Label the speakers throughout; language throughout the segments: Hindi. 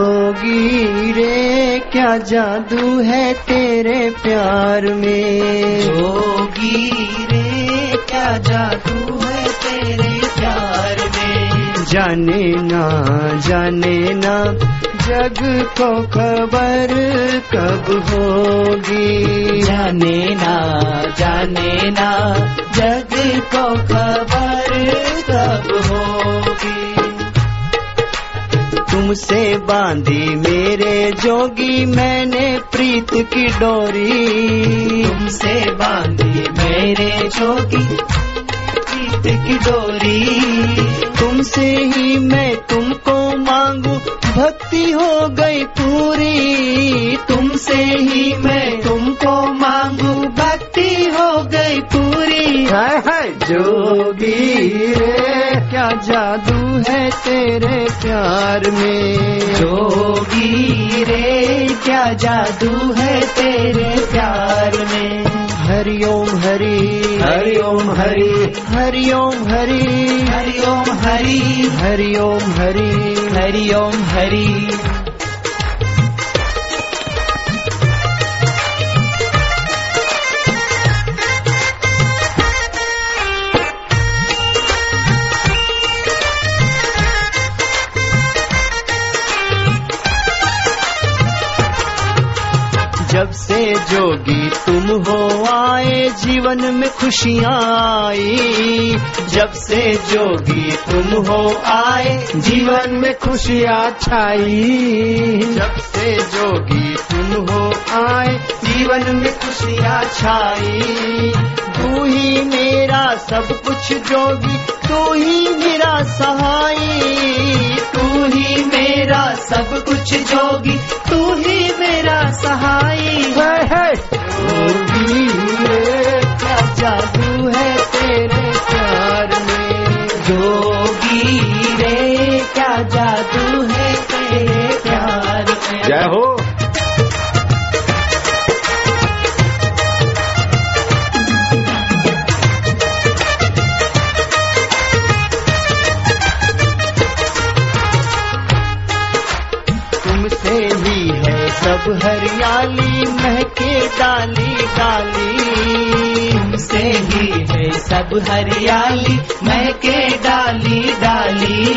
Speaker 1: जोगी रे क्या जादू है तेरे प्यार में
Speaker 2: जोगी रे क्या जादू है तेरे प्यार में
Speaker 1: जाने ना जाने ना जग को खबर कब होगी
Speaker 2: जाने ना जाने ना जग को खबर कब होगी
Speaker 1: तुमसे बांधी मेरे जोगी मैंने प्रीत की डोरी
Speaker 2: तुमसे बांधी मेरे जोगी प्रीत की डोरी
Speaker 1: तुमसे ही मैं तुमको मांगू भक्ति हो गई पूरी
Speaker 2: तुमसे ही मैं तुमको मांगू भक्ति हो गई पूरी
Speaker 1: हाय हाय जोगी रे क्या जादू है तेरे प्यार में
Speaker 2: जोगी रे क्या जादू है तेरे प्यार में
Speaker 1: हरि ओम हरि
Speaker 2: हरि ओम हरि
Speaker 1: हरि ओम हरि
Speaker 2: हरि ओम हरि
Speaker 1: हरि ओम हरि
Speaker 2: हरि ओम हरि
Speaker 1: जब से जोगी तुम हो आए जीवन में खुशियाँ आई
Speaker 2: जब से जोगी तुम हो आए जीवन में खुशियाँ छाई
Speaker 1: जब से जोगी तुम हो आए
Speaker 2: जीवन में खुशियाँ छाई
Speaker 1: तू ही मेरा सब कुछ जोगी तू ही मेरा सहाई
Speaker 2: तू ही मेरा सब कुछ जोगी तू ही मेरा सहाई
Speaker 1: है है जोगी रे, क्या जादू है तेरे प्यार में
Speaker 2: जोगी रे क्या जादू है तेरे प्यार में
Speaker 3: जय हो
Speaker 1: तुमसे ही है सब हरियाली महके डाली डाली
Speaker 2: तुमसे ही है सब हरियाली महके डाली डाली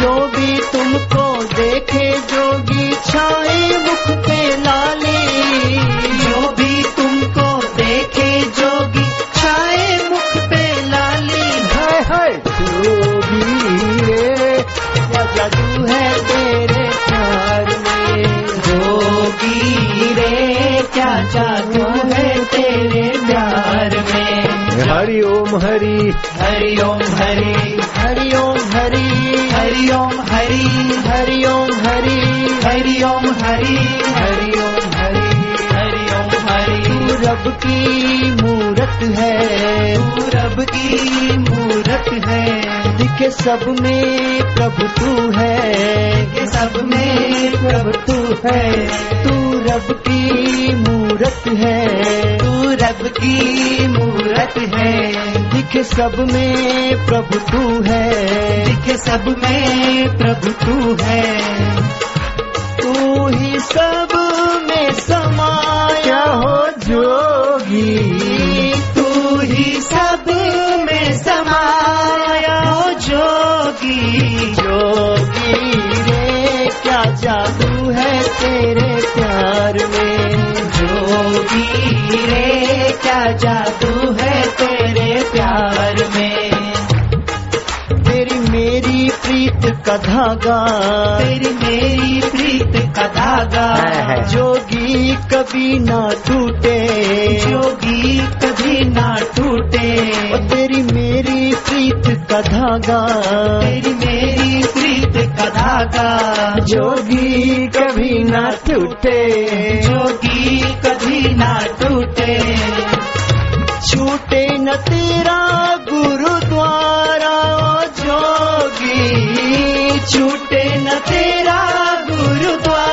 Speaker 1: जो भी तुमको देखे जोगी छाए मुख पे लाली
Speaker 2: जो भी तुमको देखे जोगी छाए मुख पे लाली
Speaker 1: है है जोगी रे क्या जादू है तेरे प्यार में
Speaker 2: जोगी रे क्या जादू है तेरे प्यार में
Speaker 3: हरि ओम हरि
Speaker 2: हरि ओम हरि
Speaker 1: हरि ओम हरि
Speaker 2: हरि ओम हरि
Speaker 1: हरि ओम हरि
Speaker 2: हरि ओम हरि
Speaker 1: हरि ओम हरि
Speaker 2: हरि ओम
Speaker 1: तू
Speaker 2: हरि
Speaker 1: रब की मूरत है
Speaker 2: तू रब की मूरत है
Speaker 1: दिखे सब में प्रभु तू है
Speaker 2: ये सब में प्रभु तू है
Speaker 1: तू रब की मूरत है
Speaker 2: तू रब की मूरत है
Speaker 1: दिखे सब में प्रभु तू है
Speaker 2: दिखे सब में प्रभु तू है
Speaker 1: तू ही सब में समाया हो जोगी
Speaker 2: तू ही सब में समाया हो जोगी
Speaker 1: जोगी रे क्या जादू है तेरे प्यार में
Speaker 2: जोगी रे क्या जादू है तेरे प्यार में
Speaker 1: तेरी मेरी प्रीत का धागा
Speaker 2: तेरी मेरी प्रीत का धागा
Speaker 1: जोगी कभी ना टूटे
Speaker 2: जोगी कभी ना टूटे
Speaker 1: ओ तेरी मेरी प्रीत का धागा
Speaker 2: तेरी मेरी प्रीत का धागा
Speaker 1: जोगी कभी ना टूटे
Speaker 2: जोगी कभी ना टूटे
Speaker 1: छूटे न तेरा गुरुद्वारा ओ जोगी
Speaker 2: छूटे न तेरा गुरुद्वारा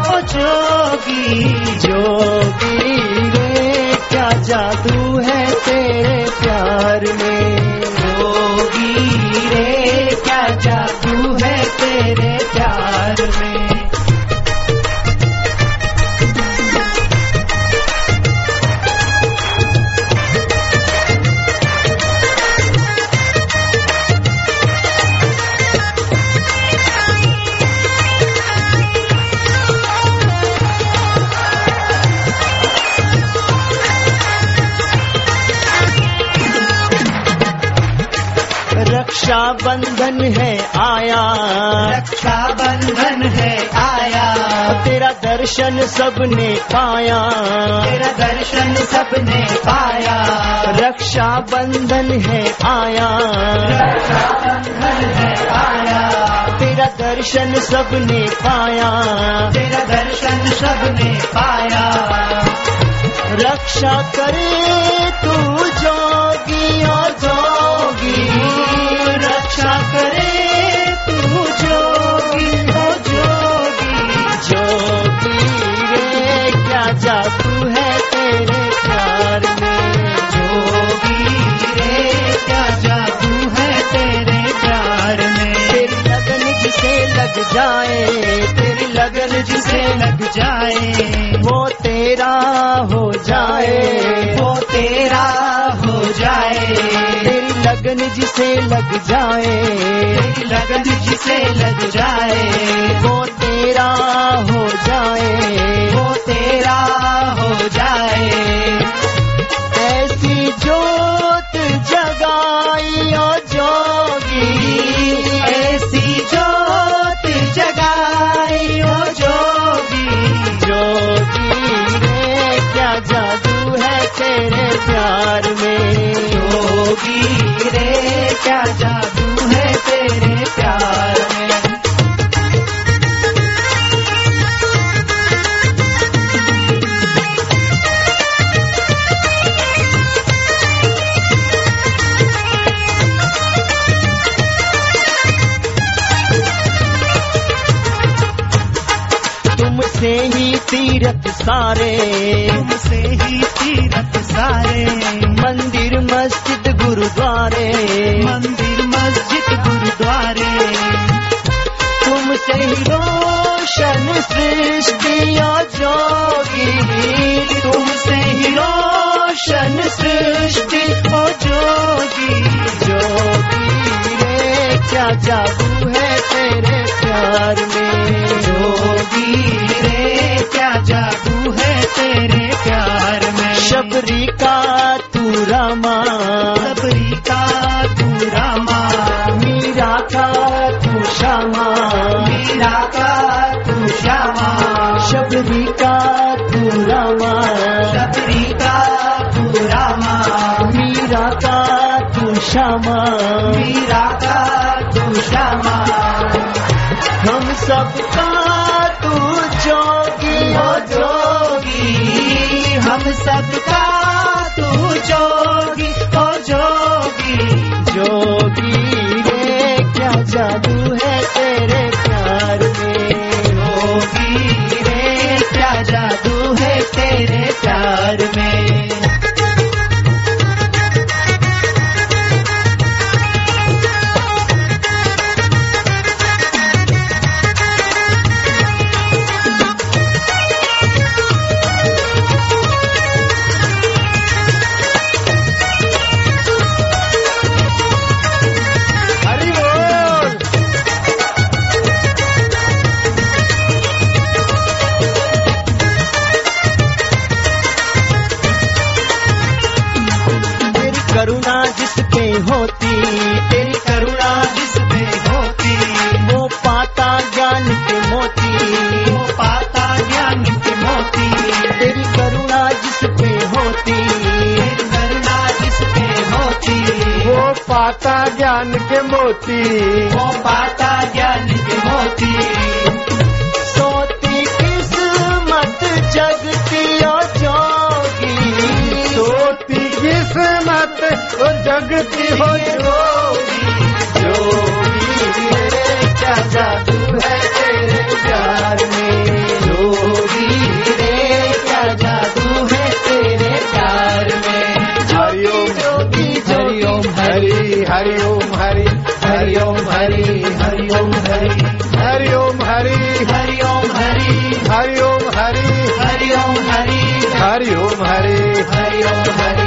Speaker 2: ओ जोगी
Speaker 1: जोगी रे क्या जादू है तेरे प्यार में
Speaker 2: जोगी रे क्या जादू है तेरे प्यार
Speaker 1: प्यार में रक्षा बंधन है आया
Speaker 2: रक्षा बंधन है आया
Speaker 1: तेरा दर्शन सबने पाया
Speaker 2: तेरा दर्शन सबने पाया
Speaker 1: रक्षा बंधन है आया
Speaker 2: रक्षा बंधन है आया
Speaker 1: तेरा दर्शन सबने पाया
Speaker 2: तेरा दर्शन सबने पाया
Speaker 1: रक्षा करे तू जोगी और जोगी
Speaker 2: रक्षा करे तू जोगी हो जोगी
Speaker 1: जोगी रे क्या जादू है तेरे प्यार में
Speaker 2: जोगी रे क्या जादू है तेरे प्यार में
Speaker 1: तेरी लगन जिसे लग जाए तेरी लगन
Speaker 2: जिसे लग जाए
Speaker 1: वो तेरा हो जाए
Speaker 2: वो तेरा हो जाए
Speaker 1: तेरी लगन जिसे लग जाए
Speaker 2: तेरी लगन जिसे लग जाए
Speaker 1: वो तेरा हो जाए
Speaker 2: वो तेरा हो जाए
Speaker 1: ऐसी जोत जगाई ओ जोगी
Speaker 2: ऐसी ज्योत जगाई ओ जोगी
Speaker 1: जोगी रे क्या जादू है तेरे प्यार में
Speaker 2: जोगी रे क्या जादू है तेरे प्यार में
Speaker 1: तुमसे ही तीरथ सारे
Speaker 2: तुमसे ही तीरथ सारे
Speaker 1: मंदिर मस्जिद गुरुद्वारे
Speaker 2: मंदिर मस्जिद गुरुद्वारे
Speaker 1: तुमसे ही रोशन सृष्टि और जोगी
Speaker 2: तुमसे ही रोशन सृष्टि हो जोगी
Speaker 1: जोगी रे क्या जादू है तेरे प्यार में
Speaker 2: जोगी रे क्या जादू है तेरे प्यार में
Speaker 1: शबरी का तू रामा
Speaker 2: शबरी का तू रामा
Speaker 1: मीरा का तू श्यामा
Speaker 2: मीरा का तू श्यामा
Speaker 1: शबरी का तू रामा
Speaker 2: शबरी का तू रामा
Speaker 1: मीरा का तू श्यामा
Speaker 2: मीरा का तू श्यामा
Speaker 1: हम सबका तू जोगी
Speaker 2: ओ
Speaker 1: ओ जोगी
Speaker 2: जोगी हम सबका तू जोगी ओ जोगी
Speaker 1: जोगी रे क्या जादू है तेरे प्यार में
Speaker 2: जोगी रे क्या जादू है तेरे प्यार में
Speaker 1: हरि बोल तेरी करुणा जिस पे होती तेरी
Speaker 2: करुणा जिस पे होती
Speaker 1: वो पाता ज्ञान के मोती
Speaker 2: वो पाता ज्ञान की मोती
Speaker 1: तेरी करुणा जिस पे होती
Speaker 2: तेरी करुणा जिस पे होती
Speaker 3: वो पाता ज्ञान के मोती
Speaker 2: वो पाता ज्ञान की मोती
Speaker 1: सोती किस्मत जगती और जोगी
Speaker 3: सोती किस्मत वो जगती हो
Speaker 2: जोगी
Speaker 1: जोगी रे क्या जादू है तेरे प्यार में जोगी रे क्या जादू है तेरे प्यार में
Speaker 3: हरि ओम
Speaker 1: जोगी
Speaker 3: हरि
Speaker 1: जोगी
Speaker 3: ओम हरि हरि ओम हरि
Speaker 1: हरि ओम हरि हरि ओम हरि
Speaker 3: हरि ओम
Speaker 2: हरि
Speaker 1: हरि ओम हरि हरि
Speaker 2: हरि ओम हरि
Speaker 1: ओम हरि
Speaker 2: हरि ओम हरि
Speaker 1: हरि ओम हरि